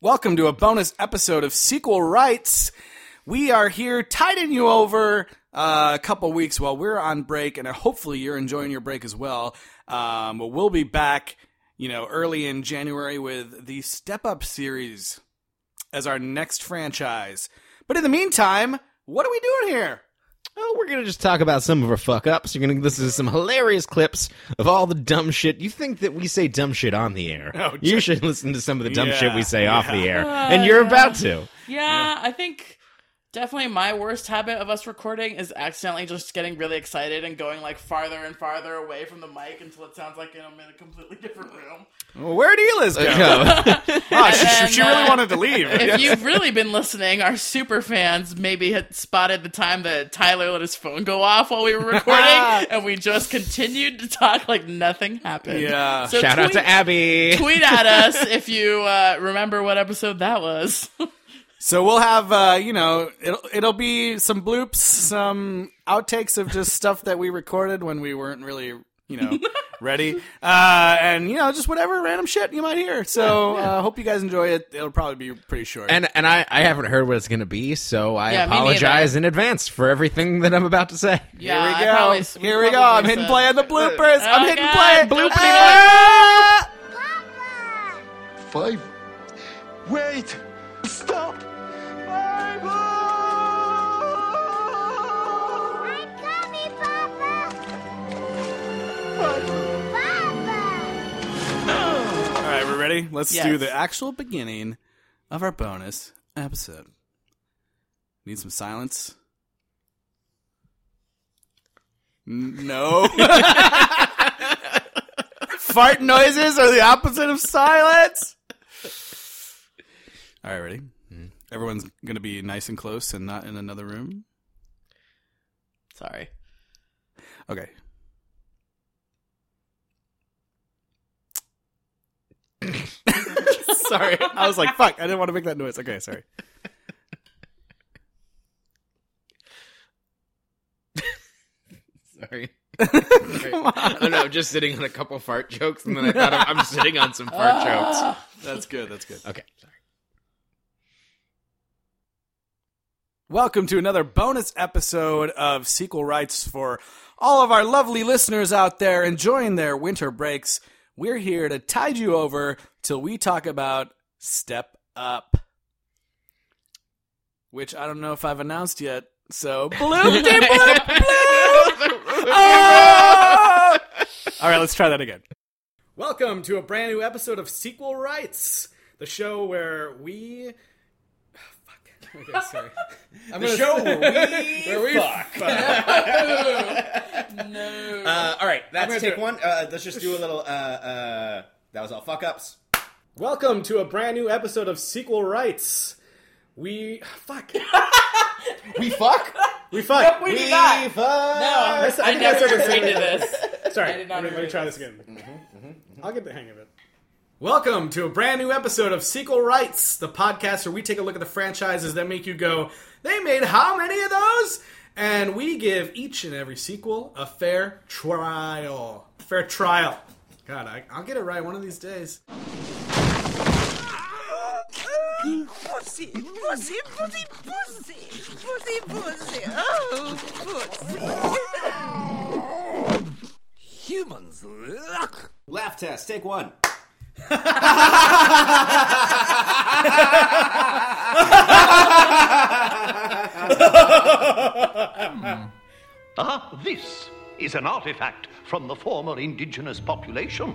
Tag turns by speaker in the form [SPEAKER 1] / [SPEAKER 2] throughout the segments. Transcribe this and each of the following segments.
[SPEAKER 1] Welcome to a bonus episode of Sequel Rights. We are here tiding you over uh, a couple weeks while we're on break, and hopefully you're enjoying your break as well. Um, but we'll be back, you know, early in January with the Step Up series as our next franchise. But in the meantime, what are we doing here?
[SPEAKER 2] Oh, we're gonna just talk about some of our fuck ups. You're gonna listen to some hilarious clips of all the dumb shit. You think that we say dumb shit on the air?
[SPEAKER 1] Oh,
[SPEAKER 2] you should listen to some of the dumb
[SPEAKER 1] Yeah,
[SPEAKER 2] shit we say off the air,
[SPEAKER 3] Uh,
[SPEAKER 2] and you're
[SPEAKER 3] yeah.
[SPEAKER 2] about to.
[SPEAKER 3] Yeah, I think definitely my worst habit of us recording is accidentally just getting really excited and going like farther and farther away from the mic until it sounds like I'm in a completely different room.
[SPEAKER 1] Well, where'd Eliz go? Oh, she,
[SPEAKER 3] And
[SPEAKER 1] she
[SPEAKER 3] then,
[SPEAKER 1] really
[SPEAKER 3] uh,
[SPEAKER 1] wanted to leave.
[SPEAKER 3] If you've really been listening, our super fans maybe had spotted the time that Tyler let his phone go off while we were recording, and we just continued to talk like nothing happened.
[SPEAKER 1] Yeah.
[SPEAKER 3] So
[SPEAKER 2] Shout out to
[SPEAKER 3] tweet-
[SPEAKER 2] Abby.
[SPEAKER 3] Tweet at us if you uh, remember what episode that was.
[SPEAKER 1] So we'll have, uh, you know, it'll it'll be some bloops, some outtakes of just stuff that we recorded when we weren't really, you know, ready, uh, and you know, just whatever random shit you might hear. So uh, hope you guys enjoy it. It'll probably be pretty short.
[SPEAKER 2] And and I, I haven't heard what it's gonna be, so I
[SPEAKER 3] Yeah, me
[SPEAKER 2] apologize in advance for everything that I'm about to say.
[SPEAKER 1] here
[SPEAKER 3] Yeah,
[SPEAKER 1] we
[SPEAKER 3] I
[SPEAKER 1] go.
[SPEAKER 3] probably- we
[SPEAKER 1] Here we go. I'm
[SPEAKER 3] probably
[SPEAKER 1] hitting
[SPEAKER 3] said-
[SPEAKER 1] play on the bloopers. I'm
[SPEAKER 3] Oh,
[SPEAKER 1] hitting
[SPEAKER 3] God.
[SPEAKER 1] play.
[SPEAKER 3] Don't
[SPEAKER 1] Bloopity
[SPEAKER 2] Ah!
[SPEAKER 4] Five. Wait! Stop! Oh. Five!
[SPEAKER 5] I'm coming, Papa!
[SPEAKER 4] Five!
[SPEAKER 5] Papa!
[SPEAKER 1] All right, we're ready. Let's do
[SPEAKER 3] Yes.
[SPEAKER 1] the actual beginning of our bonus episode. Need some silence? N- No. Fart noises are the opposite of silence. All right, ready? Everyone's going to be nice and close and not in another room.
[SPEAKER 3] Sorry.
[SPEAKER 1] Okay. sorry. I was like, fuck, I didn't want to make that noise. Okay, sorry.
[SPEAKER 2] Sorry. Oh no, just sitting on a couple fart jokes, and then I thought I'm, I'm sitting on some fart jokes.
[SPEAKER 1] That's good. That's good.
[SPEAKER 2] Okay, sorry.
[SPEAKER 1] Welcome to another bonus episode of Sequel Rights for all of our lovely listeners out there enjoying their winter breaks. We're here to tide you over till we talk about Step Up, which I don't know if I've announced yet. So, bloop de bloop bloop. Ah! All right, let's try that again. Welcome to a brand new episode of Sequel Rights, the show where we Okay, sorry. I'm the show where we
[SPEAKER 6] Uh, all right, that's take one. Uh, let's just do a little. Uh, uh, that was all fuck ups.
[SPEAKER 1] Welcome to a brand new episode of Sequel Rights. We fuck.
[SPEAKER 6] We fuck.
[SPEAKER 1] We fuck.
[SPEAKER 3] We did not.
[SPEAKER 6] fuck. No,
[SPEAKER 1] That's- I
[SPEAKER 3] I
[SPEAKER 1] think that's
[SPEAKER 3] never
[SPEAKER 1] over three
[SPEAKER 3] agreed to this.
[SPEAKER 1] Sorry.
[SPEAKER 3] did not
[SPEAKER 1] let me- let me
[SPEAKER 3] agree. Mm-hmm,
[SPEAKER 1] try this again. I'll get the hang of it. Welcome to a brand new episode of Sequel Rights, the podcast where we take a look at the franchises that make you go, "They made how many of those?" And we give each and every sequel a fair trial. Fair trial. God, I, I'll get it right one of these days.
[SPEAKER 7] Pussy, pussy, pussy, pussy, pussy, pussy, oh, pussy. Humans luck.
[SPEAKER 6] Laugh test. Take one.
[SPEAKER 8] Ah, this is an artifact from the former indigenous population.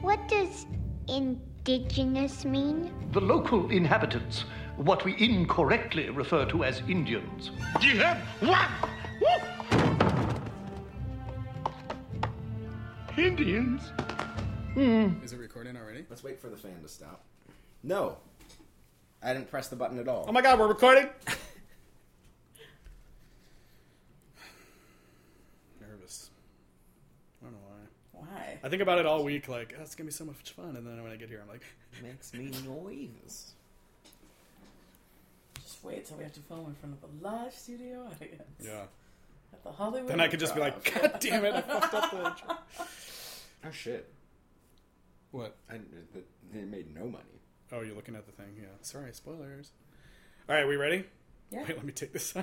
[SPEAKER 5] What does indigenous mean?
[SPEAKER 8] The local inhabitants, what we incorrectly refer to as Indians. You have one! Indians?
[SPEAKER 1] Is it recording already?
[SPEAKER 6] Let's wait for the fan to stop. No, I didn't press the button at all.
[SPEAKER 1] Oh my god, we're recording. Nervous. I don't know why.
[SPEAKER 3] Why?
[SPEAKER 1] I think about it all week, like, oh, it's gonna be so much fun, and then when I get here, I'm like,
[SPEAKER 6] Makes me noise.
[SPEAKER 3] Just wait till we have to film in front of a live studio audience
[SPEAKER 1] yeah.
[SPEAKER 3] at the Hollywood.
[SPEAKER 1] Then I could just be like, God damn it, I fucked up the intro.
[SPEAKER 6] Oh shit!
[SPEAKER 1] What?
[SPEAKER 6] I, they made no money. Oh, you're looking at the thing. Yeah. Sorry, spoilers. All right, we ready?
[SPEAKER 3] Yeah.
[SPEAKER 6] Wait, let me take this on.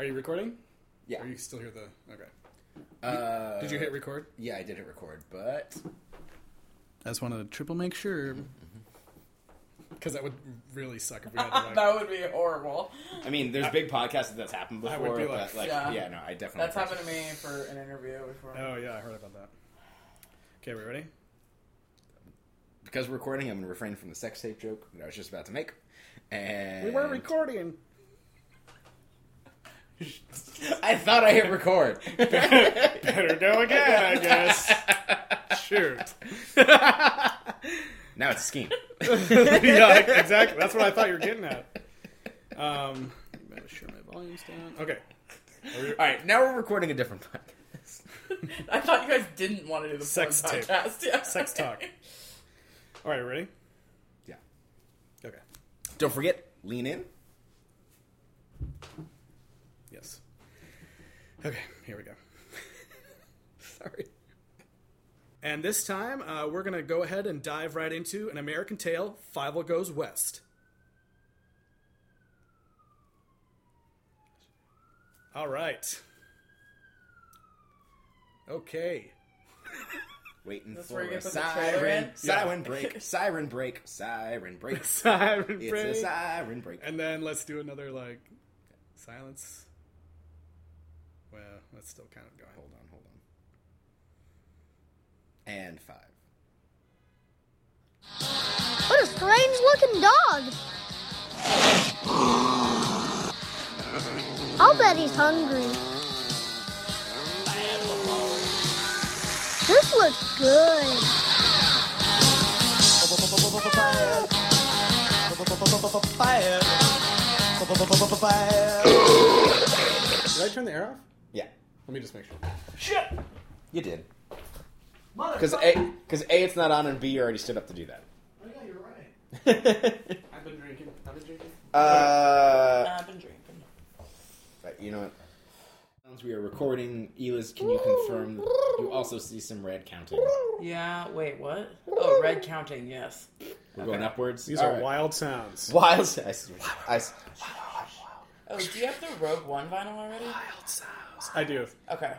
[SPEAKER 6] Are you recording?
[SPEAKER 2] Yeah.
[SPEAKER 6] Are you still hear the? Okay.
[SPEAKER 2] Uh,
[SPEAKER 6] Did you hit record?
[SPEAKER 2] Yeah, I did hit record, but
[SPEAKER 6] I just wanted to triple make sure. Because that would really suck if we had to like.
[SPEAKER 3] that would be horrible.
[SPEAKER 2] I mean, there's big podcasts that's happened before.
[SPEAKER 6] I would be like,
[SPEAKER 2] but like,
[SPEAKER 3] Yeah.
[SPEAKER 2] yeah. no, I definitely.
[SPEAKER 3] That's happened to me for an interview before.
[SPEAKER 6] oh yeah, I heard about that. Okay, we ready?
[SPEAKER 2] because we're recording. I'm gonna refrain from the sex tape joke that I was just about to make. And
[SPEAKER 6] recording.
[SPEAKER 2] I thought I hit record.
[SPEAKER 6] Better go again, I guess. Shoot.
[SPEAKER 2] now it's a scheme.
[SPEAKER 6] yeah, exactly. That's what I thought you were getting at. Um, better sure my volume's down. Okay.
[SPEAKER 2] All right, now we're recording a different podcast.
[SPEAKER 3] I thought you guys didn't want to do the
[SPEAKER 6] Sex
[SPEAKER 3] porn
[SPEAKER 6] tape.
[SPEAKER 3] podcast. Yeah.
[SPEAKER 6] Sex talk. All right, ready?
[SPEAKER 2] Yeah.
[SPEAKER 6] Okay.
[SPEAKER 2] Don't forget, lean in.
[SPEAKER 6] Yes. Okay, here we go. Sorry. And this time, uh, we're going to go ahead and dive right into An American Tale Fivel Goes West. All right. Okay.
[SPEAKER 2] Waiting
[SPEAKER 3] That's
[SPEAKER 2] for
[SPEAKER 3] where you
[SPEAKER 2] a
[SPEAKER 3] get the trailer
[SPEAKER 2] siren,
[SPEAKER 3] in?
[SPEAKER 2] siren break, siren break, siren break.
[SPEAKER 6] Siren
[SPEAKER 2] It's a
[SPEAKER 6] break.
[SPEAKER 2] siren break.
[SPEAKER 6] And then let's do another, like, silence. Well, that's still kind of going.
[SPEAKER 2] Hold on, hold on. And five.
[SPEAKER 5] What a strange looking dog. I'll bet he's hungry. This looks good.
[SPEAKER 6] Did I turn the air off?
[SPEAKER 2] Yeah,
[SPEAKER 6] Let me just make sure.
[SPEAKER 2] you did. Because a, because a, it's not on, and b, you already stood up to do that.
[SPEAKER 6] Oh, yeah, you're right. I've been drinking. I've been drinking.
[SPEAKER 2] uh,
[SPEAKER 3] I've been drinking.
[SPEAKER 2] but you know what? Sounds we are recording. Elis, can you confirm? that You also see some red counting.
[SPEAKER 3] Yeah. Wait. What? Oh, red counting. Yes.
[SPEAKER 2] We're going upwards.
[SPEAKER 6] These
[SPEAKER 2] All
[SPEAKER 6] are
[SPEAKER 2] right.
[SPEAKER 6] wild sounds.
[SPEAKER 2] Wild. I see. I see.
[SPEAKER 3] Oh, do you have the Rogue One vinyl already?
[SPEAKER 6] I do.
[SPEAKER 3] Okay.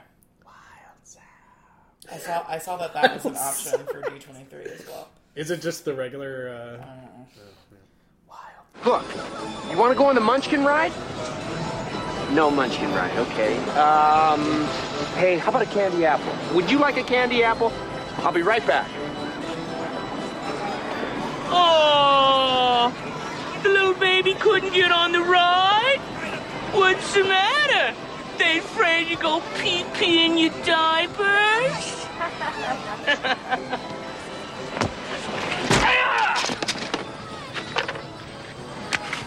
[SPEAKER 3] I saw. I saw that that was an option for D twenty three as well.
[SPEAKER 6] Is it just the regular?
[SPEAKER 3] I
[SPEAKER 6] Uh,
[SPEAKER 3] don't know.
[SPEAKER 9] Look, you want to go on the Munchkin ride? No Munchkin ride, okay. Um, hey, how about a candy apple? Would you like a candy apple? I'll be right back.
[SPEAKER 7] Oh, the little baby couldn't get on the ride? What's the matter? They afraid you go pee pee in your diapers?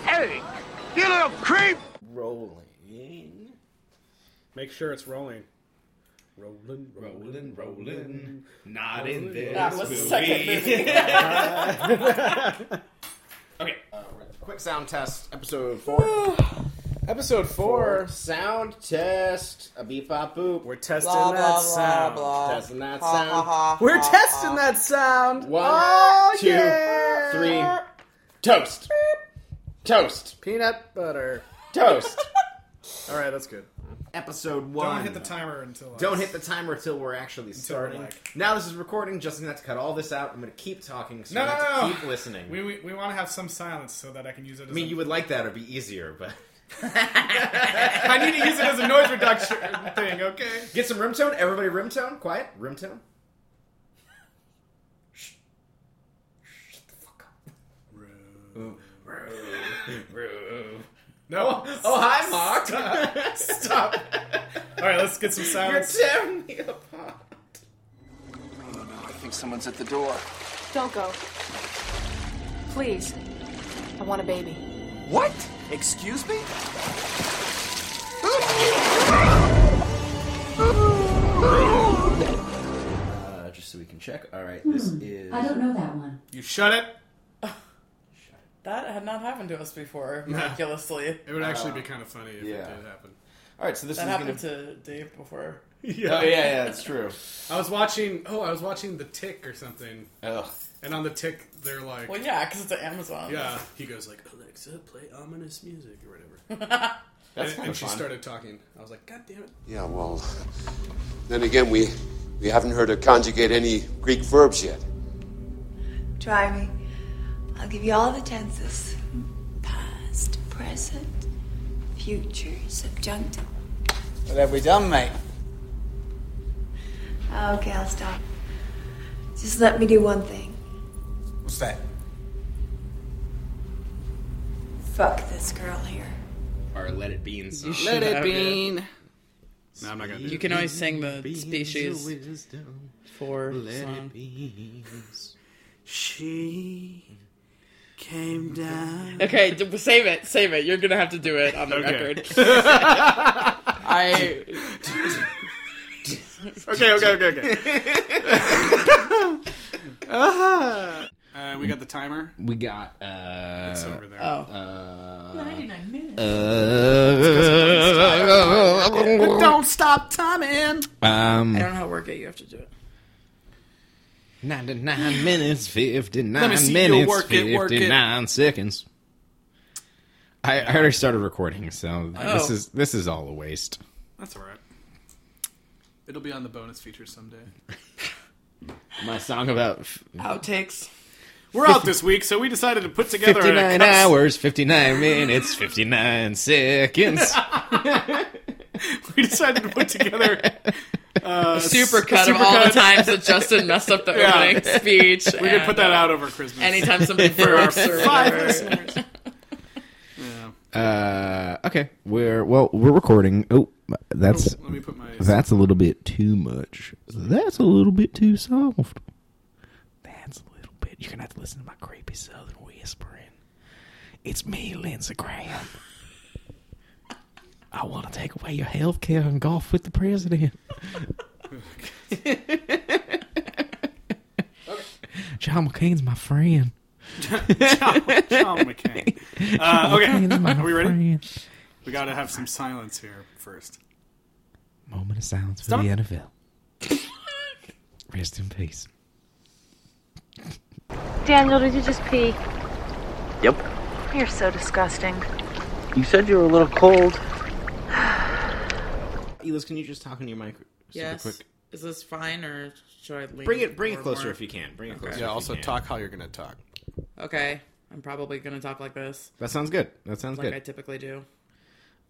[SPEAKER 10] Hey, you little creep!
[SPEAKER 2] rolling,
[SPEAKER 6] make sure it's rolling. Rolling,
[SPEAKER 2] rolling, rolling. Not in this
[SPEAKER 3] That was the
[SPEAKER 2] movie.
[SPEAKER 3] second movie.
[SPEAKER 2] Okay. Uh, quick sound test. Episode four.
[SPEAKER 6] Episode four.
[SPEAKER 2] sound test. A beep, bop, boop.
[SPEAKER 6] We're testing
[SPEAKER 3] Blah
[SPEAKER 6] that
[SPEAKER 3] blah blah
[SPEAKER 6] sound.
[SPEAKER 3] blah.
[SPEAKER 2] Testing that
[SPEAKER 3] Ha,
[SPEAKER 2] sound.
[SPEAKER 3] ha, ha,
[SPEAKER 6] We're
[SPEAKER 3] ha,
[SPEAKER 6] testing
[SPEAKER 3] ha.
[SPEAKER 6] that sound.
[SPEAKER 2] One,
[SPEAKER 6] oh,
[SPEAKER 2] two,
[SPEAKER 6] yeah.
[SPEAKER 2] three. Toast. Toast.
[SPEAKER 6] Peanut butter.
[SPEAKER 2] Toast.
[SPEAKER 6] All right, that's good.
[SPEAKER 2] Episode one.
[SPEAKER 6] timer until.
[SPEAKER 2] Don't hit the timer till we're actually starting.
[SPEAKER 6] like-
[SPEAKER 2] Now this is recording. Justin's gonna have to cut all this out. I'm gonna keep talking. So
[SPEAKER 6] No,
[SPEAKER 2] you have
[SPEAKER 6] no,
[SPEAKER 2] to
[SPEAKER 6] no.
[SPEAKER 2] Keep listening.
[SPEAKER 6] We we, we want to have some silence so that I can use it. As
[SPEAKER 2] I mean, you would like that or be easier, but
[SPEAKER 6] I need to use it as a noise reduction thing. Okay.
[SPEAKER 2] get some rim tone. Everybody, rim tone. Quiet. Rim tone.
[SPEAKER 6] No.
[SPEAKER 2] Oh, hi, Mark.
[SPEAKER 6] Stop. All right, let's get some
[SPEAKER 2] You're
[SPEAKER 6] silence.
[SPEAKER 2] tearing me apart.
[SPEAKER 9] I think someone's at the door.
[SPEAKER 11] Don't go. Please. I want a baby.
[SPEAKER 9] What? Excuse me?
[SPEAKER 2] Uh, just so we can check. All right, this is.
[SPEAKER 11] don't know that one.
[SPEAKER 6] You shut it.
[SPEAKER 3] That had not happened to us before, miraculously.
[SPEAKER 6] It would actually be kind of funny if
[SPEAKER 2] yeah.
[SPEAKER 6] it did happen. All right, so this
[SPEAKER 3] that
[SPEAKER 6] is
[SPEAKER 3] happened
[SPEAKER 6] gonna-
[SPEAKER 3] to Dave before.
[SPEAKER 6] Oh yeah, yeah, that's true.
[SPEAKER 1] I was watching. Oh, I was watching The Tick or something.
[SPEAKER 6] Ugh.
[SPEAKER 1] And on The Tick, they're like,
[SPEAKER 3] Well, yeah, 'cause it's Amazon.
[SPEAKER 1] Yeah, he goes like, Alexa, play ominous music or whatever.
[SPEAKER 12] That's
[SPEAKER 1] and,
[SPEAKER 12] kinda
[SPEAKER 1] and she
[SPEAKER 12] fun.
[SPEAKER 1] started talking. I was like, God damn it!
[SPEAKER 12] Yeah, well, then again, we we haven't heard her conjugate any Greek verbs yet.
[SPEAKER 13] Try me. I'll give you all the tenses past, present, future, subjunctive.
[SPEAKER 14] What have we done, mate?
[SPEAKER 13] Okay, I'll stop. Just let me do one thing.
[SPEAKER 14] What's that?
[SPEAKER 13] Fuck this girl here.
[SPEAKER 2] Or let it be in
[SPEAKER 3] You should have, yeah.
[SPEAKER 1] No, I'm not gonna.
[SPEAKER 3] You can always sing the species for song.
[SPEAKER 7] She came down.
[SPEAKER 3] Okay, d- save it, save it. You're gonna have to do it on the
[SPEAKER 7] Okay.
[SPEAKER 3] record. I.
[SPEAKER 1] Okay, okay, okay, okay.
[SPEAKER 3] Ah.
[SPEAKER 1] Uh, we got the timer.
[SPEAKER 2] We got. Uh,
[SPEAKER 1] It's over there.
[SPEAKER 2] Uh,
[SPEAKER 1] 99 minutes.
[SPEAKER 2] Uh,
[SPEAKER 3] don't stop timing.
[SPEAKER 2] Um,
[SPEAKER 3] I don't know how to work it. You have to do it.
[SPEAKER 2] 99 minutes, 59
[SPEAKER 3] Let me see you
[SPEAKER 2] minutes,
[SPEAKER 3] work it, work it.
[SPEAKER 2] 59 seconds. I, I already started recording, so
[SPEAKER 1] Oh.
[SPEAKER 2] this is this is all a waste.
[SPEAKER 1] That's all right. It'll be on the bonus feature someday.
[SPEAKER 2] My song about f-
[SPEAKER 3] Outtakes.
[SPEAKER 1] We're out this week, so we decided to put together a
[SPEAKER 2] 59
[SPEAKER 1] custom-
[SPEAKER 2] hours, 59 minutes, 59 seconds.
[SPEAKER 1] we decided to put together uh,
[SPEAKER 3] A supercut of all the times that Justin messed up the opening speech
[SPEAKER 1] We could
[SPEAKER 3] and,
[SPEAKER 1] put that
[SPEAKER 3] uh,
[SPEAKER 1] out over Christmas.
[SPEAKER 3] anytime somebody
[SPEAKER 1] for our
[SPEAKER 3] burps or
[SPEAKER 1] five
[SPEAKER 3] whatever.
[SPEAKER 1] listeners.
[SPEAKER 2] Uh, okay, we're well, we're recording. Oh, that's
[SPEAKER 1] Oh, let me put my-
[SPEAKER 2] that's a little bit too much. That's a little bit too soft. That's a little bit. You're gonna have to listen to my creepy southern whispering. It's me, Lindsey Graham. I want to take away your health care and golf with the president. John McCain's my friend.
[SPEAKER 1] John, John McCain. Uh,
[SPEAKER 2] John McCain's
[SPEAKER 1] okay,
[SPEAKER 2] my
[SPEAKER 1] are we ready?
[SPEAKER 2] friend.
[SPEAKER 1] We got to have some silence here first.
[SPEAKER 2] Moment of silence for
[SPEAKER 1] Stop.
[SPEAKER 2] the NFL. Rest in peace.
[SPEAKER 15] Daniel, did you just pee?
[SPEAKER 16] Yep.
[SPEAKER 15] You're so disgusting.
[SPEAKER 16] You said you were a little cold.
[SPEAKER 2] Elis, can you just talk in your mic super
[SPEAKER 3] Yes.
[SPEAKER 2] quick?
[SPEAKER 3] Is this fine or should I leave?
[SPEAKER 2] Bring it- bring it closer if you can. Bring it closer
[SPEAKER 1] Yeah, also talk how you're going to talk.
[SPEAKER 3] Okay, I'm probably gonna talk like this.
[SPEAKER 2] That sounds good. That sounds
[SPEAKER 3] like
[SPEAKER 2] good.
[SPEAKER 3] I typically do.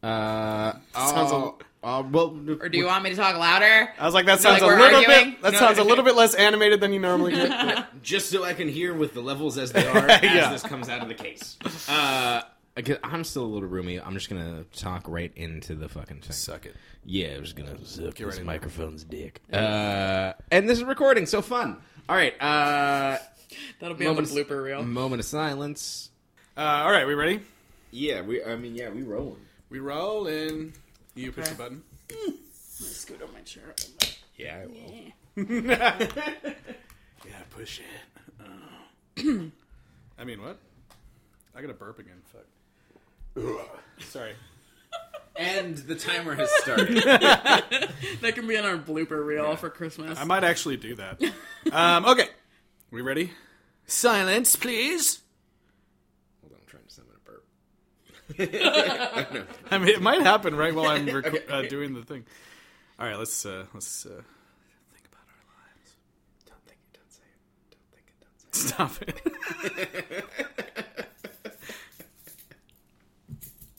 [SPEAKER 2] Uh,
[SPEAKER 1] Sounds a-
[SPEAKER 2] oh, uh, well,
[SPEAKER 3] Or do you want me to talk louder?
[SPEAKER 1] I was like, that
[SPEAKER 3] Feel
[SPEAKER 1] sounds
[SPEAKER 3] we're
[SPEAKER 1] a little
[SPEAKER 3] arguing?
[SPEAKER 1] bit. That
[SPEAKER 3] No.
[SPEAKER 1] sounds a little bit less animated than you normally get.
[SPEAKER 2] just so I can hear with the levels as they are as
[SPEAKER 1] Yeah.
[SPEAKER 2] this comes out of the case. Uh, I guess- I'm still a little roomy. I'm just gonna talk right into the fucking thing. Suck
[SPEAKER 1] it.
[SPEAKER 2] Yeah, I'm just gonna suck
[SPEAKER 1] Get
[SPEAKER 2] this
[SPEAKER 1] right in.
[SPEAKER 2] microphone's dick. Uh, and this is recording, so fun. All right. Uh,
[SPEAKER 3] That'll be on the blooper reel.
[SPEAKER 1] Mm.
[SPEAKER 2] Moment of silence.
[SPEAKER 1] Uh, all right, we ready?
[SPEAKER 2] Yeah, we. I mean, yeah, we rolling.
[SPEAKER 1] We roll in. You push
[SPEAKER 3] Okay.
[SPEAKER 1] the button.
[SPEAKER 3] Scoot on my chair.
[SPEAKER 2] Yeah, I will.
[SPEAKER 1] Yeah, push it. Uh. I mean, what? I got to burp again. Fuck. Sorry.
[SPEAKER 2] And the timer has
[SPEAKER 3] that can be on our blooper reel for Christmas.
[SPEAKER 1] I might actually do that. um, okay. We ready? Silence, please.
[SPEAKER 2] Hold on, I'm trying to summon a burp.
[SPEAKER 1] I mean, it might happen right while I'm rec- uh, doing the thing. All right, let's uh, let's uh, think about our lives. Don't think it. Don't say it. Don't think it. Don't say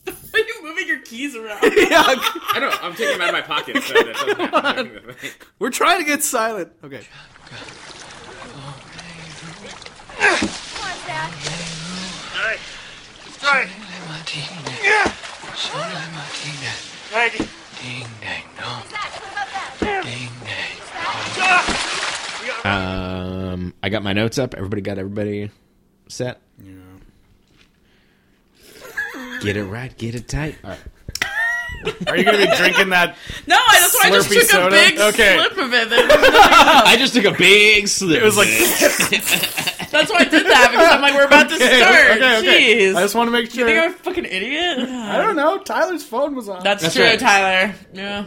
[SPEAKER 1] it. Stop it.
[SPEAKER 3] Are you moving your keys around?
[SPEAKER 2] I don't. I'm taking them out of my pocket. So that doesn't happen during the thing.
[SPEAKER 1] We're trying to get silent. Okay.
[SPEAKER 7] Dai. Dai. Martina. Yeah. Shona Martina. Ding dang dong. Ding dang.
[SPEAKER 2] Um, I got my notes up. Everybody got everybody set.
[SPEAKER 1] Yeah.
[SPEAKER 2] Get it right. Get it tight. All right.
[SPEAKER 1] Are you gonna be drinking that?
[SPEAKER 3] No, I- that's why I just
[SPEAKER 1] Slurpee
[SPEAKER 3] took
[SPEAKER 1] soda?
[SPEAKER 3] a big
[SPEAKER 1] Okay.
[SPEAKER 3] slip of it. There's nothing
[SPEAKER 2] I just took a big slip. It was like
[SPEAKER 3] else. That's why I did that because I'm like, we're about to start.
[SPEAKER 1] Okay, okay, okay.
[SPEAKER 3] Jeez.
[SPEAKER 1] I just want to make
[SPEAKER 3] You
[SPEAKER 1] sure.
[SPEAKER 3] think I'm a fucking idiot?
[SPEAKER 1] I don't know. Tyler's phone was on.
[SPEAKER 3] That's,
[SPEAKER 6] That's
[SPEAKER 3] true,
[SPEAKER 6] right.
[SPEAKER 3] Tyler. Yeah.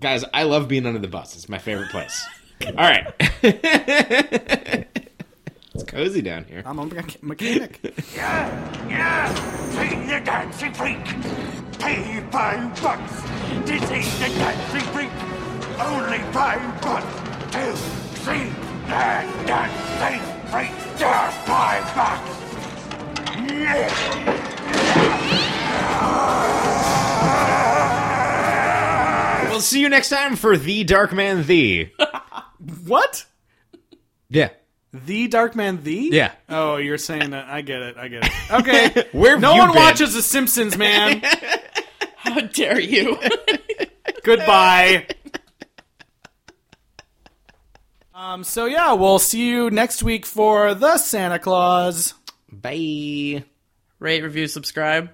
[SPEAKER 6] Guys, I love being under the bus. It's my favorite place. All
[SPEAKER 2] right.
[SPEAKER 6] it's cozy down here.
[SPEAKER 1] I'm a mecha- mechanic.
[SPEAKER 7] Yeah, yeah. Take the dancing freak. Pay five bucks. This is the dancing freak. Only five bucks. Two, three, nine, dancing freak. Just five bucks. Yeah.
[SPEAKER 2] We'll see you next time for The Dark Man The.
[SPEAKER 1] What?
[SPEAKER 2] Yeah.
[SPEAKER 1] The Dark Man The?
[SPEAKER 2] Yeah.
[SPEAKER 1] Oh, you're saying that. I get it. I get it. Okay.
[SPEAKER 2] Where have
[SPEAKER 1] no
[SPEAKER 2] you
[SPEAKER 1] one
[SPEAKER 2] been?
[SPEAKER 1] watches The Simpsons, man.
[SPEAKER 3] How dare you?
[SPEAKER 1] Goodbye. Um, so yeah, we'll see you next week for the Santa Claus.
[SPEAKER 2] Bye.
[SPEAKER 3] Rate, review, subscribe.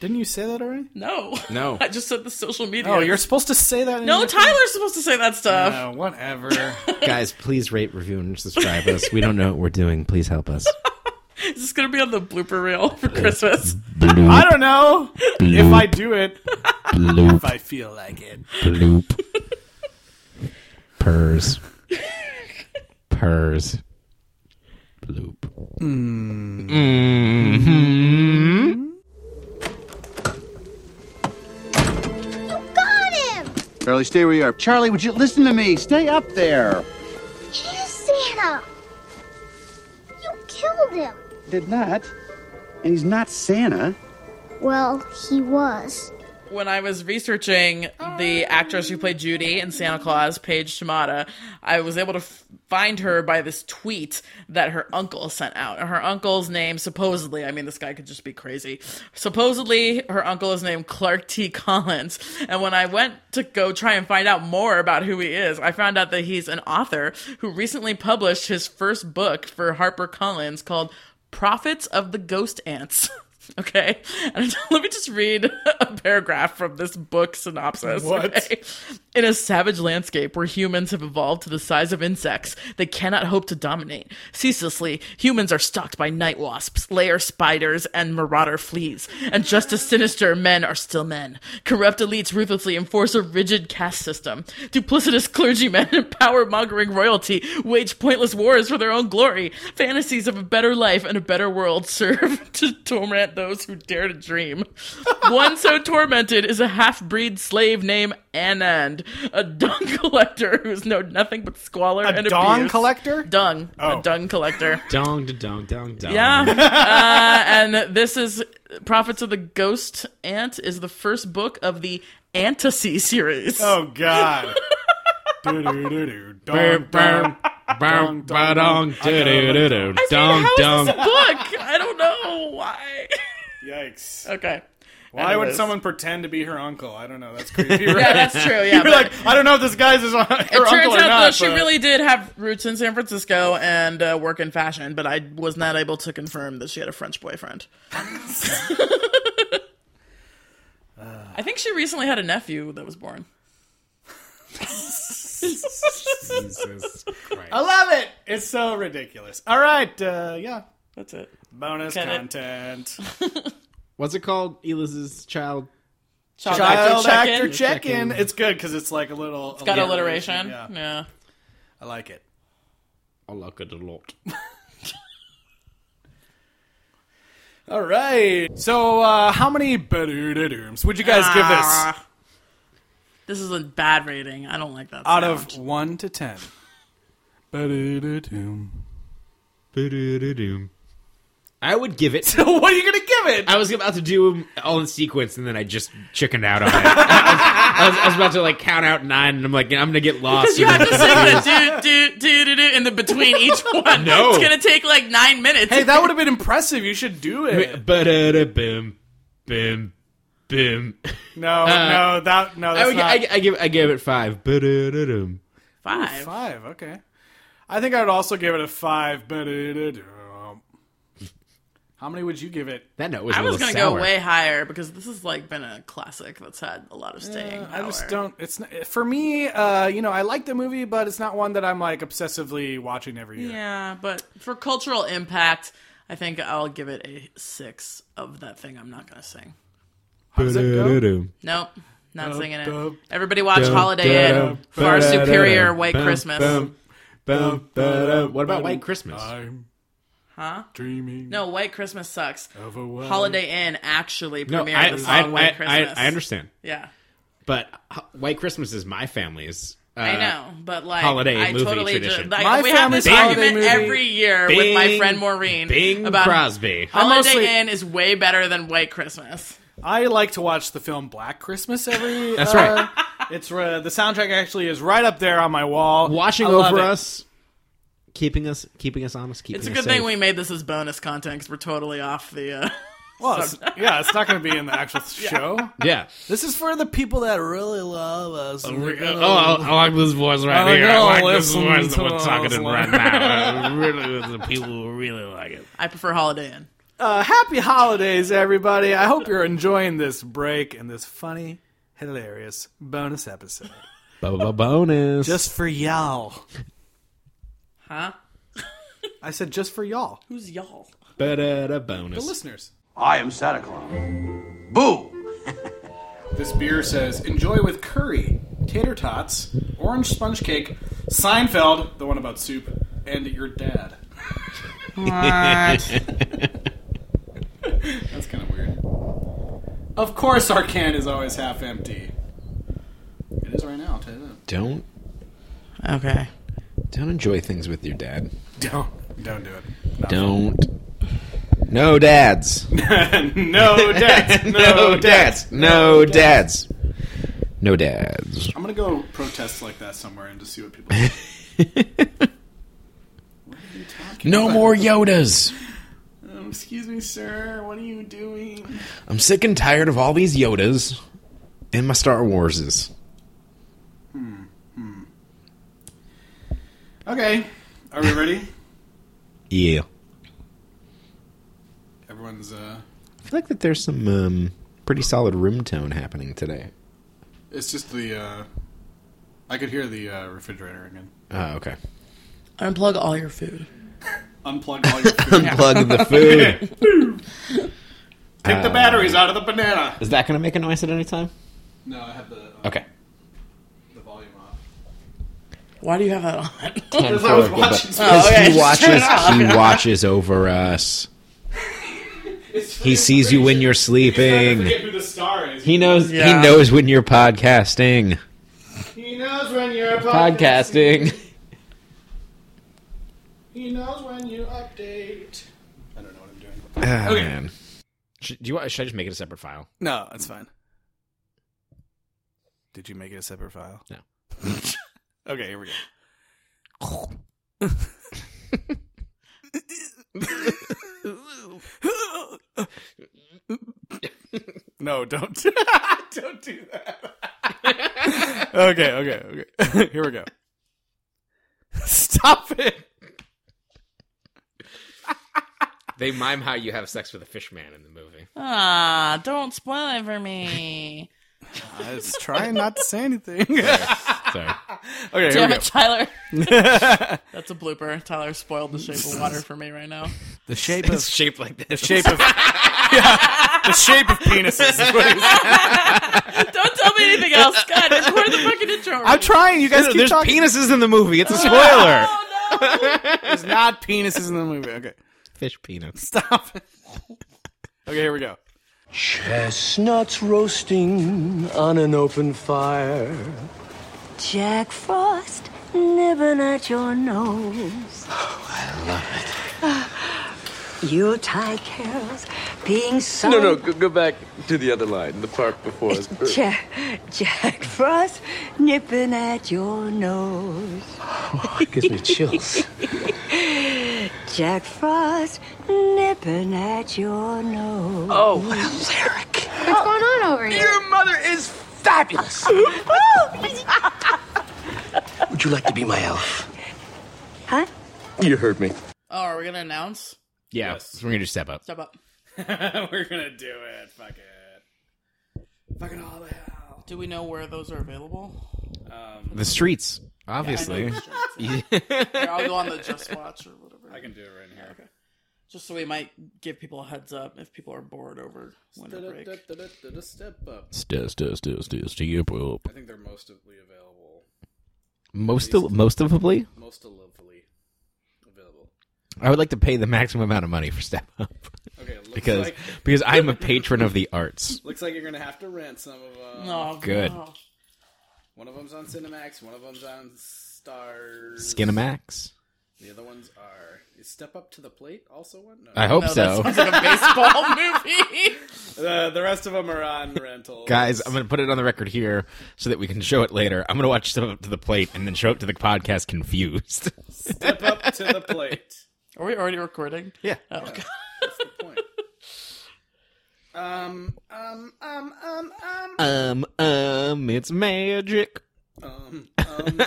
[SPEAKER 1] Didn't you say that already?
[SPEAKER 3] No.
[SPEAKER 2] No.
[SPEAKER 3] I just said the social media.
[SPEAKER 1] Oh, you're supposed to say that. in
[SPEAKER 3] No,
[SPEAKER 1] your-
[SPEAKER 3] Tyler's supposed to say that stuff.
[SPEAKER 1] No, whatever.
[SPEAKER 2] Guys, please rate, review, and subscribe us. We don't know what we're doing. Please help us.
[SPEAKER 3] Is this going to be on the blooper reel for Christmas?
[SPEAKER 1] I don't know if I do it.
[SPEAKER 2] Bloop.
[SPEAKER 1] If I feel like it.
[SPEAKER 2] Bloop. Purrs. Purrs. Bloop. Mm-hmm.
[SPEAKER 17] Charlie, stay where you are. Charlie, would you listen to me? Stay up there.
[SPEAKER 5] It is Santa. uh, You killed him.
[SPEAKER 17] Did not. And he's not Santa.
[SPEAKER 5] Well, he was.
[SPEAKER 3] When I was researching the actress who played Judy in Santa Claus, Paige Shimada, I was able to f- find her by this tweet that her uncle sent out. Her uncle's name, supposedly, I mean, this guy could just be crazy. Supposedly, her uncle is named Clark T. Collins. And when I went to go try and find out more about who he is, I found out that he's an author who recently published his first book for HarperCollins called Prophets of the Ghost Ants. Okay, and let me just read a paragraph from this book synopsis.
[SPEAKER 1] What?
[SPEAKER 3] okay? In a savage landscape where humans have evolved to the size of insects, they cannot hope to dominate. Ceaselessly, humans are stalked by night wasps, layer spiders, and marauder fleas. And just as sinister, men are still men. Corrupt elites ruthlessly enforce a rigid caste system. Duplicitous clergymen and power mongering royalty wage pointless wars for their own glory. Fantasies of a better life and a better world serve to torment those who dare to dream. One so tormented is a half breed slave named Anand, a dung collector who's known nothing but squalor and
[SPEAKER 1] dong
[SPEAKER 3] abuse.
[SPEAKER 1] collector?
[SPEAKER 3] Dung. A dung collector.
[SPEAKER 2] Dong, dong, dong, dong.
[SPEAKER 3] Yeah. uh, and this is Prophets of the Ghost Ant is the first book of the Antasy series.
[SPEAKER 1] Oh God. Doo-doo-doo-doo. Dong, dong.
[SPEAKER 2] Dong, dong, doo-doo-doo-doo. Dong,
[SPEAKER 3] How is
[SPEAKER 2] dong.
[SPEAKER 3] this book? I don't know why.
[SPEAKER 1] Yikes.
[SPEAKER 3] Okay.
[SPEAKER 1] Why would
[SPEAKER 3] Anyways.
[SPEAKER 1] someone pretend to be her uncle? I don't know. That's creepy. right?
[SPEAKER 3] Yeah, that's true, yeah,
[SPEAKER 1] You're
[SPEAKER 3] but-
[SPEAKER 1] like, I don't know if this guy's is her
[SPEAKER 3] It
[SPEAKER 1] uncle
[SPEAKER 3] turns
[SPEAKER 1] or
[SPEAKER 3] out
[SPEAKER 1] not.
[SPEAKER 3] though she
[SPEAKER 1] but-
[SPEAKER 3] really did have roots in San Francisco and uh, work in fashion, but I was not able to confirm that she had a French boyfriend. I think she recently had a nephew that was born.
[SPEAKER 1] I love it. It's so ridiculous. All right. Uh, yeah.
[SPEAKER 3] That's it.
[SPEAKER 1] Bonus
[SPEAKER 3] Cut it.
[SPEAKER 1] content.
[SPEAKER 2] What's it called? Eliza's child.
[SPEAKER 1] Child,
[SPEAKER 3] Check-in.
[SPEAKER 1] actor check in.
[SPEAKER 2] Check-in.
[SPEAKER 1] It's good because it's like a little. It's
[SPEAKER 3] got alliteration.
[SPEAKER 1] Yeah.
[SPEAKER 3] yeah.
[SPEAKER 1] I like it.
[SPEAKER 2] I like it a lot.
[SPEAKER 1] All right. So, uh, how many bedooms would you guys give this
[SPEAKER 3] Ah. This is a bad rating. I don't like that.
[SPEAKER 1] out
[SPEAKER 3] sound.
[SPEAKER 1] of one to ten? Badoom.
[SPEAKER 2] Boo-doo-doo-doom. I would give it.
[SPEAKER 1] So what are you gonna give it?
[SPEAKER 2] I was about to do 'em all in sequence, and then I just chickened out on it. I, was, I was about to like count out nine, and I'm like, I'm gonna get lost.
[SPEAKER 3] Because you have to sing the do do do do do in the between each one.
[SPEAKER 2] No.
[SPEAKER 3] it's gonna take like nine minutes.
[SPEAKER 1] Hey, that would have been impressive. You should do it.
[SPEAKER 2] But boom, boom, boom.
[SPEAKER 1] No,
[SPEAKER 2] Uh,
[SPEAKER 1] no, that no.
[SPEAKER 2] I,
[SPEAKER 1] That's
[SPEAKER 2] would,
[SPEAKER 1] not.
[SPEAKER 2] I, I give I give it five. Ba-da-da-dum.
[SPEAKER 3] five.
[SPEAKER 1] Five. Okay. I think I would also give it a five. But how Um, How many would you give it?
[SPEAKER 2] That note was.
[SPEAKER 3] I
[SPEAKER 2] a
[SPEAKER 3] was
[SPEAKER 2] little
[SPEAKER 3] gonna
[SPEAKER 2] sour.
[SPEAKER 3] go way higher because this has like been a classic that's had a lot of staying.
[SPEAKER 1] I just
[SPEAKER 3] power.
[SPEAKER 1] don't. It's not, for me. Uh, you know, I like the movie, but it's not one that I'm like obsessively watching every year.
[SPEAKER 3] Yeah, but for cultural impact, I think I'll give it a six of that thing I'm not gonna sing.
[SPEAKER 1] How does it go?
[SPEAKER 3] Nope. Not
[SPEAKER 1] Dum,
[SPEAKER 3] singing it.
[SPEAKER 1] dum,
[SPEAKER 3] Everybody watch
[SPEAKER 2] Dum,
[SPEAKER 3] Holiday
[SPEAKER 2] dum,
[SPEAKER 3] Inn.
[SPEAKER 2] dum,
[SPEAKER 3] Far
[SPEAKER 2] dum,
[SPEAKER 3] superior
[SPEAKER 2] dum,
[SPEAKER 3] White
[SPEAKER 2] dum,
[SPEAKER 3] Christmas.
[SPEAKER 2] dum, dum, dum. What about
[SPEAKER 1] dum.
[SPEAKER 2] White Christmas?
[SPEAKER 1] I'm
[SPEAKER 3] Huh?
[SPEAKER 1] dreaming.
[SPEAKER 3] No, White Christmas sucks.
[SPEAKER 1] Of a white-
[SPEAKER 3] Holiday Inn actually
[SPEAKER 2] No,
[SPEAKER 3] premiered
[SPEAKER 2] I-
[SPEAKER 3] the song
[SPEAKER 2] I-
[SPEAKER 3] White
[SPEAKER 2] I- I-
[SPEAKER 3] Christmas.
[SPEAKER 2] I understand.
[SPEAKER 3] Yeah.
[SPEAKER 2] But h- White Christmas is my family's. Uh,
[SPEAKER 3] I know, but like
[SPEAKER 2] holiday
[SPEAKER 3] I
[SPEAKER 2] movie
[SPEAKER 3] totally
[SPEAKER 2] tradition.
[SPEAKER 3] Just, like, we have this
[SPEAKER 2] Bing-
[SPEAKER 3] argument every year with my
[SPEAKER 2] Bing-
[SPEAKER 3] friend Maureen
[SPEAKER 2] Bing
[SPEAKER 3] about
[SPEAKER 2] Crosby.
[SPEAKER 1] I
[SPEAKER 3] Holiday
[SPEAKER 1] mostly-
[SPEAKER 3] Inn is way better than White Christmas.
[SPEAKER 1] I like to watch the film Black Christmas every.
[SPEAKER 2] That's
[SPEAKER 1] uh,
[SPEAKER 2] right.
[SPEAKER 1] It's uh, the soundtrack actually is right up there on my wall.
[SPEAKER 2] Watching
[SPEAKER 1] I love
[SPEAKER 2] over
[SPEAKER 1] it.
[SPEAKER 2] us, keeping us, keeping us honest, keeping
[SPEAKER 3] It's a
[SPEAKER 2] us
[SPEAKER 3] good
[SPEAKER 2] safe.
[SPEAKER 3] thing we made this as bonus content because we're totally off the. Uh,
[SPEAKER 1] Well, it's, yeah, it's not going to be in the actual show.
[SPEAKER 2] Yeah.
[SPEAKER 1] This is for the people that really love us. and they're gonna-
[SPEAKER 2] Oh, I like this voice right
[SPEAKER 1] I'm
[SPEAKER 2] here. I
[SPEAKER 1] gonna
[SPEAKER 2] like this
[SPEAKER 1] listen
[SPEAKER 2] voice that we're
[SPEAKER 1] to
[SPEAKER 2] talking
[SPEAKER 1] us
[SPEAKER 2] in
[SPEAKER 1] later.
[SPEAKER 2] right now. Uh, really, the people who really like it.
[SPEAKER 3] I prefer Holiday Inn.
[SPEAKER 1] Uh, happy holidays, everybody. I hope you're enjoying this break and this funny, hilarious bonus episode.
[SPEAKER 2] Bonus.
[SPEAKER 1] Just for y'all.
[SPEAKER 3] Huh?
[SPEAKER 1] I said just for y'all.
[SPEAKER 3] Who's y'all?
[SPEAKER 2] Ba-da-da
[SPEAKER 1] The
[SPEAKER 2] bonus.
[SPEAKER 1] listeners.
[SPEAKER 8] I am Santa Claus. Boo!
[SPEAKER 1] This beer says enjoy with curry, tater tots, orange sponge cake, Seinfeld, the one about soup, and your dad. That's kind of weird. Of course, our can is always half empty. It is right now. I'll tell you that.
[SPEAKER 2] Don't.
[SPEAKER 3] Okay.
[SPEAKER 2] Don't enjoy things with your dad.
[SPEAKER 1] Don't don't do it.
[SPEAKER 2] Don't. No dads.
[SPEAKER 1] no dads.
[SPEAKER 2] no dads. No dads. No dads.
[SPEAKER 1] I'm gonna go protest like that somewhere and just see what people.
[SPEAKER 2] No more Yodas.
[SPEAKER 1] um, excuse me, sir. What are you doing?
[SPEAKER 2] I'm sick and tired of all these Yodas and my Star Warses.
[SPEAKER 1] Hmm. Hmm. Okay. Are we ready?
[SPEAKER 2] Yeah.
[SPEAKER 1] Everyone's uh
[SPEAKER 2] I feel like that there's some um, pretty solid room tone happening today.
[SPEAKER 1] it's just the uh I could hear the uh, refrigerator again.
[SPEAKER 2] Oh, okay.
[SPEAKER 3] Unplug all your food.
[SPEAKER 1] Unplug all your food.
[SPEAKER 2] Unplug the food.
[SPEAKER 1] Take the
[SPEAKER 2] Uh,
[SPEAKER 1] batteries out of the banana.
[SPEAKER 2] Is that going to make a noise at any time?
[SPEAKER 1] No, I have the um,
[SPEAKER 2] Okay.
[SPEAKER 1] the volume off.
[SPEAKER 3] Why do you have that on?
[SPEAKER 1] Because I was watching.
[SPEAKER 2] Because he
[SPEAKER 3] Shut
[SPEAKER 2] watches,
[SPEAKER 3] up.
[SPEAKER 2] he watches over us. He sees you when you're
[SPEAKER 1] I
[SPEAKER 2] sleeping.
[SPEAKER 1] forget who the star is.
[SPEAKER 2] He knows.
[SPEAKER 1] Yeah.
[SPEAKER 2] He knows when you're podcasting.
[SPEAKER 1] He knows when you're
[SPEAKER 2] Podcasting.
[SPEAKER 1] He knows when you update. I don't know what I'm doing.
[SPEAKER 2] Ah,
[SPEAKER 1] Okay.
[SPEAKER 2] man. Should, do you, want- should I just make it a separate file?
[SPEAKER 1] No, it's fine. Did you make it a separate file?
[SPEAKER 2] No.
[SPEAKER 1] okay, here we go. no, don't don't do that. okay, okay, okay. Here we go. Stop it.
[SPEAKER 2] They mime how you have sex with a fish man in the movie.
[SPEAKER 3] Ah, don't spoil it for me.
[SPEAKER 1] I was trying not to say anything.
[SPEAKER 2] Sorry.
[SPEAKER 1] Okay, here
[SPEAKER 3] Damn
[SPEAKER 1] we go.
[SPEAKER 3] it, Tyler. That's a blooper. Tyler spoiled the shape of water for me right now.
[SPEAKER 1] The shape
[SPEAKER 2] It's
[SPEAKER 1] of
[SPEAKER 2] shaped like this.
[SPEAKER 1] The shape of yeah, the shape of penises. Is what he's-
[SPEAKER 3] Don't tell me anything else. God, record the fucking intro.
[SPEAKER 1] I'm trying. You guys
[SPEAKER 2] There's,
[SPEAKER 1] keep
[SPEAKER 2] there's
[SPEAKER 1] talking.
[SPEAKER 2] penises in the movie. It's a spoiler.
[SPEAKER 3] Oh,
[SPEAKER 1] There's not penises in the movie. Okay,
[SPEAKER 2] Fish penis.
[SPEAKER 1] stop. okay, here we go.
[SPEAKER 18] Chestnuts roasting on an open fire.
[SPEAKER 9] Jack Frost nibbling at your nose. Yuletide carols being sung.
[SPEAKER 18] No, no, go, go back to the other line, the part before. us.
[SPEAKER 9] Jack, Jack Frost nipping at your nose.
[SPEAKER 18] it gives Oh, me chills.
[SPEAKER 9] Jack Frost nipping at your nose. Oh, what a lyric.
[SPEAKER 18] What's going on over here? Your mother is fabulous. Would you like to be my elf?
[SPEAKER 9] Huh?
[SPEAKER 18] You heard me.
[SPEAKER 3] Oh, are we gonna announce?
[SPEAKER 2] Yeah,
[SPEAKER 6] Yes.
[SPEAKER 2] so we're gonna just step up.
[SPEAKER 3] Step up.
[SPEAKER 6] We're gonna do it. Fuck it.
[SPEAKER 1] Fucking all the
[SPEAKER 3] Do we know where those are available?
[SPEAKER 6] Um,
[SPEAKER 2] The streets, obviously.
[SPEAKER 3] Here, I'll go on the Just Watch or whatever.
[SPEAKER 6] I can do it right here. Okay.
[SPEAKER 3] Just so we might give people a heads up if people are bored over winter break.
[SPEAKER 6] Step up.
[SPEAKER 2] Step, step, step, step, step up.
[SPEAKER 6] I think they're mostly available.
[SPEAKER 2] Most of, most of probably.
[SPEAKER 6] Most lovely available.
[SPEAKER 2] I would like to pay the maximum amount of money for step up.
[SPEAKER 6] Okay, looks
[SPEAKER 2] because
[SPEAKER 6] like-
[SPEAKER 2] because I'm a patron of the arts.
[SPEAKER 6] Looks like you're gonna have to rent some
[SPEAKER 1] uh,
[SPEAKER 6] of them.
[SPEAKER 2] Oh, Good. no.
[SPEAKER 6] One of them's on Cinemax. One of them's on Stars.
[SPEAKER 2] Skinamax.
[SPEAKER 6] The other ones are is Step Up to the Plate. Also one. Oh, No.
[SPEAKER 2] I hope No, that so. sounds like a
[SPEAKER 6] baseball movie. the rest of them are on rental.
[SPEAKER 2] Guys, I'm going to put it on the record here so that we can show it later. I'm going to watch Step Up to the Plate and then show up to the podcast confused.
[SPEAKER 6] Step Up to the Plate.
[SPEAKER 3] Are we already recording?
[SPEAKER 2] Yeah.
[SPEAKER 3] Oh, God.
[SPEAKER 6] Um, um, um, um, um.
[SPEAKER 2] um, um, it's magic.
[SPEAKER 6] Um, um, um.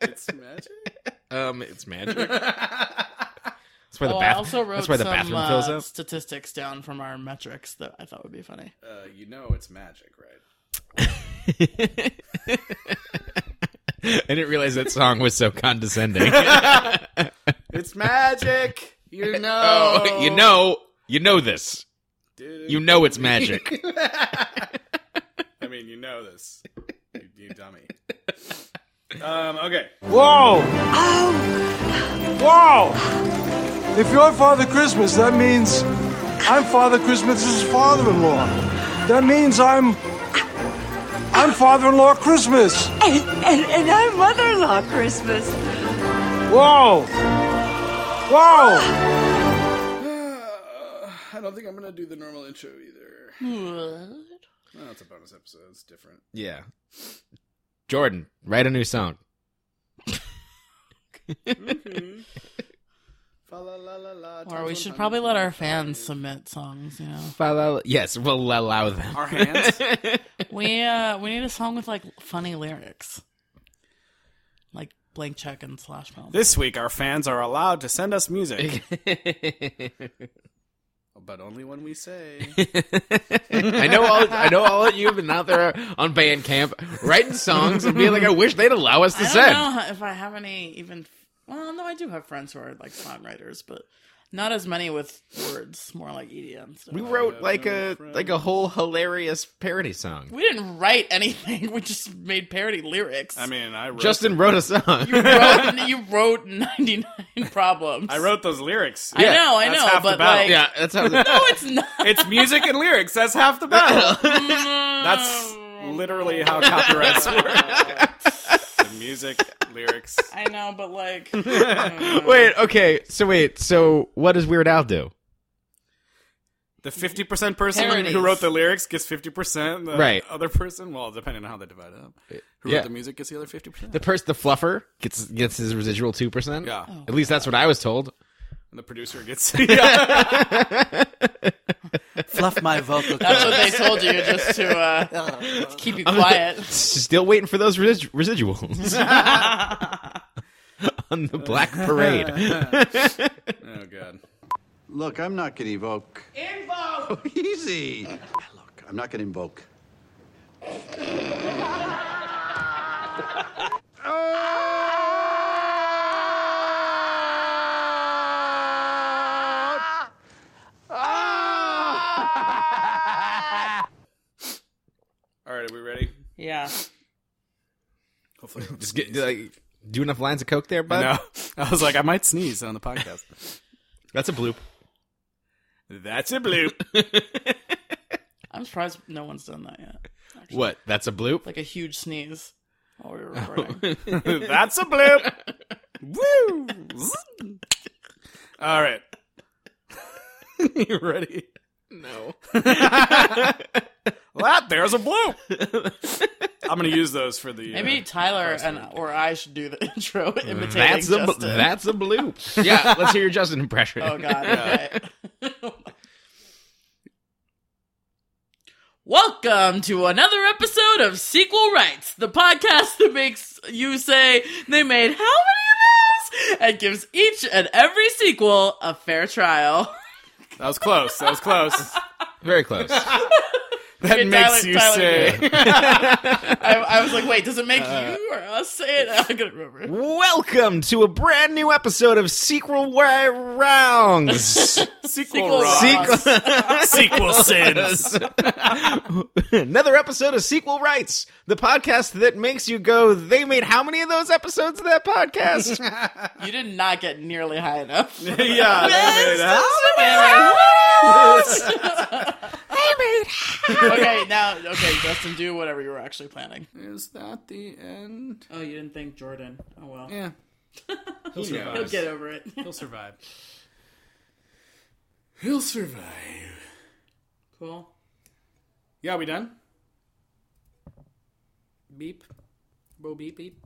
[SPEAKER 6] It's magic?
[SPEAKER 2] Um, it's magic.
[SPEAKER 3] That's
[SPEAKER 2] why the
[SPEAKER 3] oh, I
[SPEAKER 2] bath-
[SPEAKER 3] also wrote
[SPEAKER 2] that's why the
[SPEAKER 3] some,
[SPEAKER 2] bathroom
[SPEAKER 3] uh,
[SPEAKER 2] fills up.
[SPEAKER 3] Statistics down from our metrics that I thought would be funny.
[SPEAKER 6] Uh, you know it's magic,
[SPEAKER 2] I didn't realize that song was so condescending.
[SPEAKER 6] right? it's magic. You know.
[SPEAKER 2] Oh, you know, you know this. You know it's magic.
[SPEAKER 6] I mean, you know this. You, you dummy. Um, okay.
[SPEAKER 19] Whoa! Whoa! Oh. If you're Father Christmas, that means I'm Father Christmas's father-in-law. That means I'm I'm father-in-law Christmas.
[SPEAKER 9] And, and, and I'm mother-in-law Christmas.
[SPEAKER 19] Whoa! Whoa!
[SPEAKER 6] I don't think I'm gonna do the normal intro either.
[SPEAKER 3] What?
[SPEAKER 6] No, it's a bonus episode. It's different.
[SPEAKER 2] yeah. Jordan, write a new song.
[SPEAKER 3] Or we should probably let our fans submit songs. You know,
[SPEAKER 2] Follow. Yes, we'll allow them.
[SPEAKER 6] Our hands.
[SPEAKER 3] we uh, we need a song with like funny lyrics, like blank check and slash pound.
[SPEAKER 1] This week, our fans are allowed to send us music. Oh,
[SPEAKER 6] But only when we say.
[SPEAKER 2] I know all. I know all of you have been out there on Bandcamp writing songs and being like, "I wish they'd allow us to
[SPEAKER 3] I
[SPEAKER 2] send."
[SPEAKER 3] don't know if I have any even. Well, no, I do have friends who are like songwriters, but not as many with words. More like EDM stuff.
[SPEAKER 2] We wrote like a like a whole hilarious parody song.
[SPEAKER 3] We didn't write anything. We just made parody lyrics.
[SPEAKER 6] I mean, I wrote
[SPEAKER 2] Justin wrote a song.
[SPEAKER 3] You wrote, you wrote 99 problems.
[SPEAKER 6] I wrote those lyrics.
[SPEAKER 3] I know, I know, but like, no, it's not.
[SPEAKER 1] it's music and lyrics. That's half the battle. that's literally how copyrights work.
[SPEAKER 6] the music, lyrics.
[SPEAKER 3] I know, but like,
[SPEAKER 2] wait, okay, so wait, so what does Weird Al do?
[SPEAKER 1] The fifty percent person
[SPEAKER 6] Parodies.
[SPEAKER 1] who wrote the lyrics gets fifty percent. The
[SPEAKER 2] Right.
[SPEAKER 1] other person, well, depending on how they divide it up, who
[SPEAKER 2] Yeah.
[SPEAKER 1] wrote the music gets the other fifty percent.
[SPEAKER 2] The person, the fluffer, gets gets his residual two percent.
[SPEAKER 1] Yeah.
[SPEAKER 2] at least that's what I was told.
[SPEAKER 1] And the producer gets
[SPEAKER 2] Fluff my vocal
[SPEAKER 3] That's what they told you just to uh, keep you quiet.
[SPEAKER 2] Still waiting for those resid- residuals on the Black Parade.
[SPEAKER 6] oh god.
[SPEAKER 17] Look, I'm not going to evoke. Invoke! Easy. Look, I'm not going to invoke.
[SPEAKER 6] All right, are we ready?
[SPEAKER 3] Yeah.
[SPEAKER 6] Hopefully,
[SPEAKER 2] Just get like do enough lines of coke there, bud.
[SPEAKER 1] No, I was like, I might sneeze on the podcast.
[SPEAKER 2] That's a bloop.
[SPEAKER 1] That's a bloop.
[SPEAKER 3] I'm surprised no one's done that yet. actually.
[SPEAKER 2] What? That's a bloop.
[SPEAKER 3] Like a huge sneeze while we were
[SPEAKER 2] Oh,
[SPEAKER 3] recording.
[SPEAKER 1] That's a bloop. Woo! All right. you ready?
[SPEAKER 2] No.
[SPEAKER 1] that there's a bloop. I'm gonna use those for the. uh,
[SPEAKER 3] Maybe Tyler and or I should do the intro imitating
[SPEAKER 2] That's a bl-
[SPEAKER 3] Justin.
[SPEAKER 2] that's a bloop. Yeah, let's hear your Justin impression.
[SPEAKER 3] Oh God!
[SPEAKER 2] Yeah.
[SPEAKER 3] okay. Welcome to another episode of Sequel Rights, the podcast that makes you say they made how many of those? and gives each and every sequel a fair trial.
[SPEAKER 1] That was close. That was close.
[SPEAKER 2] Very close.
[SPEAKER 1] That
[SPEAKER 3] Okay,
[SPEAKER 1] makes
[SPEAKER 3] Tyler-
[SPEAKER 1] you
[SPEAKER 3] Tyler
[SPEAKER 1] say.
[SPEAKER 3] did it. I, I was like, wait, does it make
[SPEAKER 1] Uh,
[SPEAKER 3] you or us say it? I couldn't remember.
[SPEAKER 2] Welcome to a brand new episode of Sequel Way Wrongs.
[SPEAKER 1] Sequel
[SPEAKER 2] Ross.
[SPEAKER 1] Sequel, Sequel sins.
[SPEAKER 2] Another episode of Sequel Rights, the podcast that makes you go, they made how many of those episodes of that podcast?
[SPEAKER 3] You did not get nearly high enough. yeah, okay, now okay, Justin, do whatever you were actually planning.
[SPEAKER 1] Is that the end?
[SPEAKER 3] Oh, you didn't think Jordan. Oh well.
[SPEAKER 1] Yeah.
[SPEAKER 3] He'll,
[SPEAKER 1] He knows.
[SPEAKER 3] get over it.
[SPEAKER 1] He'll survive. He'll survive.
[SPEAKER 3] Cool.
[SPEAKER 1] Yeah, we done? Beep. Bo beep beep.